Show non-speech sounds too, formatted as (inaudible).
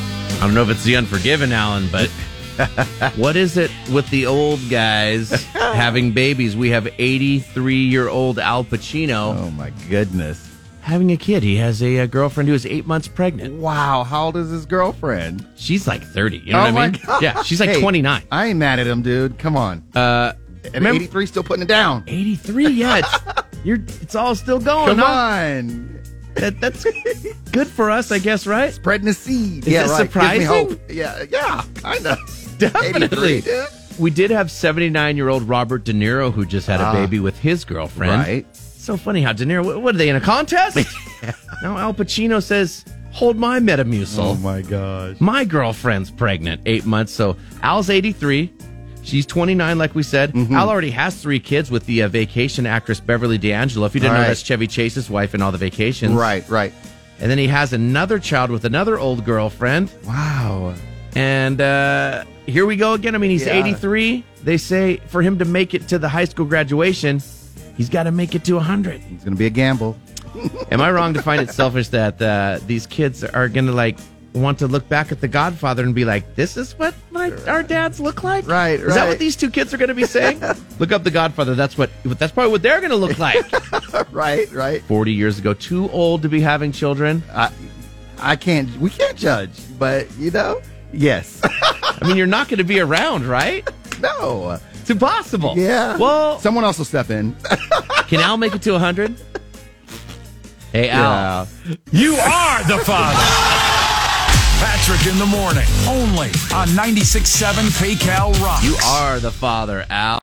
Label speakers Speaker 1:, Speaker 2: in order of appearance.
Speaker 1: I don't know if it's the Unforgiven, Alan,
Speaker 2: (laughs)
Speaker 1: but what is it with the old guys
Speaker 2: (laughs)
Speaker 1: having babies? We have 83 year old Al Pacino
Speaker 2: Oh my goodness.
Speaker 1: having a kid. He has a, uh girlfriend who is eight months pregnant.
Speaker 2: Wow, how old is his girlfriend?
Speaker 1: She's like 30. You know
Speaker 2: Oh
Speaker 1: what I
Speaker 2: my
Speaker 1: mean?
Speaker 2: God.
Speaker 1: Yeah, she's like
Speaker 2: Hey,
Speaker 1: 29.
Speaker 2: I ain't mad at him, dude. Come on. Uh and
Speaker 1: remem-
Speaker 2: 83 still putting it down.
Speaker 1: 83, yeah.
Speaker 2: (laughs)
Speaker 1: It's, you're, it's all still going.
Speaker 2: Come
Speaker 1: huh?
Speaker 2: on.
Speaker 1: That, that's good for us, I guess, right?
Speaker 2: Spreading the seed.
Speaker 1: Is
Speaker 2: yeah,
Speaker 1: that
Speaker 2: right.
Speaker 1: surprising?
Speaker 2: Gives me hope. Yeah, yeah, kind (laughs) of.
Speaker 1: Definitely.
Speaker 2: dude.
Speaker 1: We did have 79 year old Robert De Niro who just had a
Speaker 2: Ah.
Speaker 1: baby with his girlfriend.
Speaker 2: Right.
Speaker 1: So funny how De Niro, what, what are they in a
Speaker 2: (laughs)
Speaker 1: contest? now Al Pacino says, hold my Metamucil.
Speaker 2: Oh, my gosh.
Speaker 1: My girlfriend's pregnant, eight months. So Al's 83. She's 29, like we said.
Speaker 2: Mm-hmm.
Speaker 1: Al already has three kids with the uh, vacation actress Beverly D'Angelo. If you didn't
Speaker 2: All
Speaker 1: know,
Speaker 2: right.
Speaker 1: that's Chevy Chase's wife in all the vacations.
Speaker 2: Right, right.
Speaker 1: And then he has another child with another old girlfriend.
Speaker 2: Wow.
Speaker 1: And uh, here we go again. I mean, he's
Speaker 2: Yeah.
Speaker 1: 83. They say for him to make it to the high school graduation, he's got to make it to 100.
Speaker 2: It's going to be a gamble. (laughs)
Speaker 1: Am I wrong to find it selfish that uh, these kids are going to like want to look back at the Godfather and be like, "This is what my, our dads look like"?
Speaker 2: Right,
Speaker 1: Is that
Speaker 2: right.
Speaker 1: what these two kids are going to be saying?
Speaker 2: (laughs)
Speaker 1: look up the Godfather. That's what. That's probably what they're going to look
Speaker 2: (laughs)
Speaker 1: like.
Speaker 2: right, right.
Speaker 1: Forty years ago, too old to be having children.
Speaker 2: I I can't we can't judge, but you know, yes. (laughs)
Speaker 1: I mean, you're not going to be around, right?
Speaker 2: no.
Speaker 1: It's impossible.
Speaker 2: Yeah.
Speaker 1: Well,
Speaker 2: (laughs) someone else will step in.
Speaker 1: Can Al make it to 100? Hey, Al.
Speaker 3: You are the father. Patrick in the morning, only on 96.7 PayCal Rocks.
Speaker 1: You are the father, Al.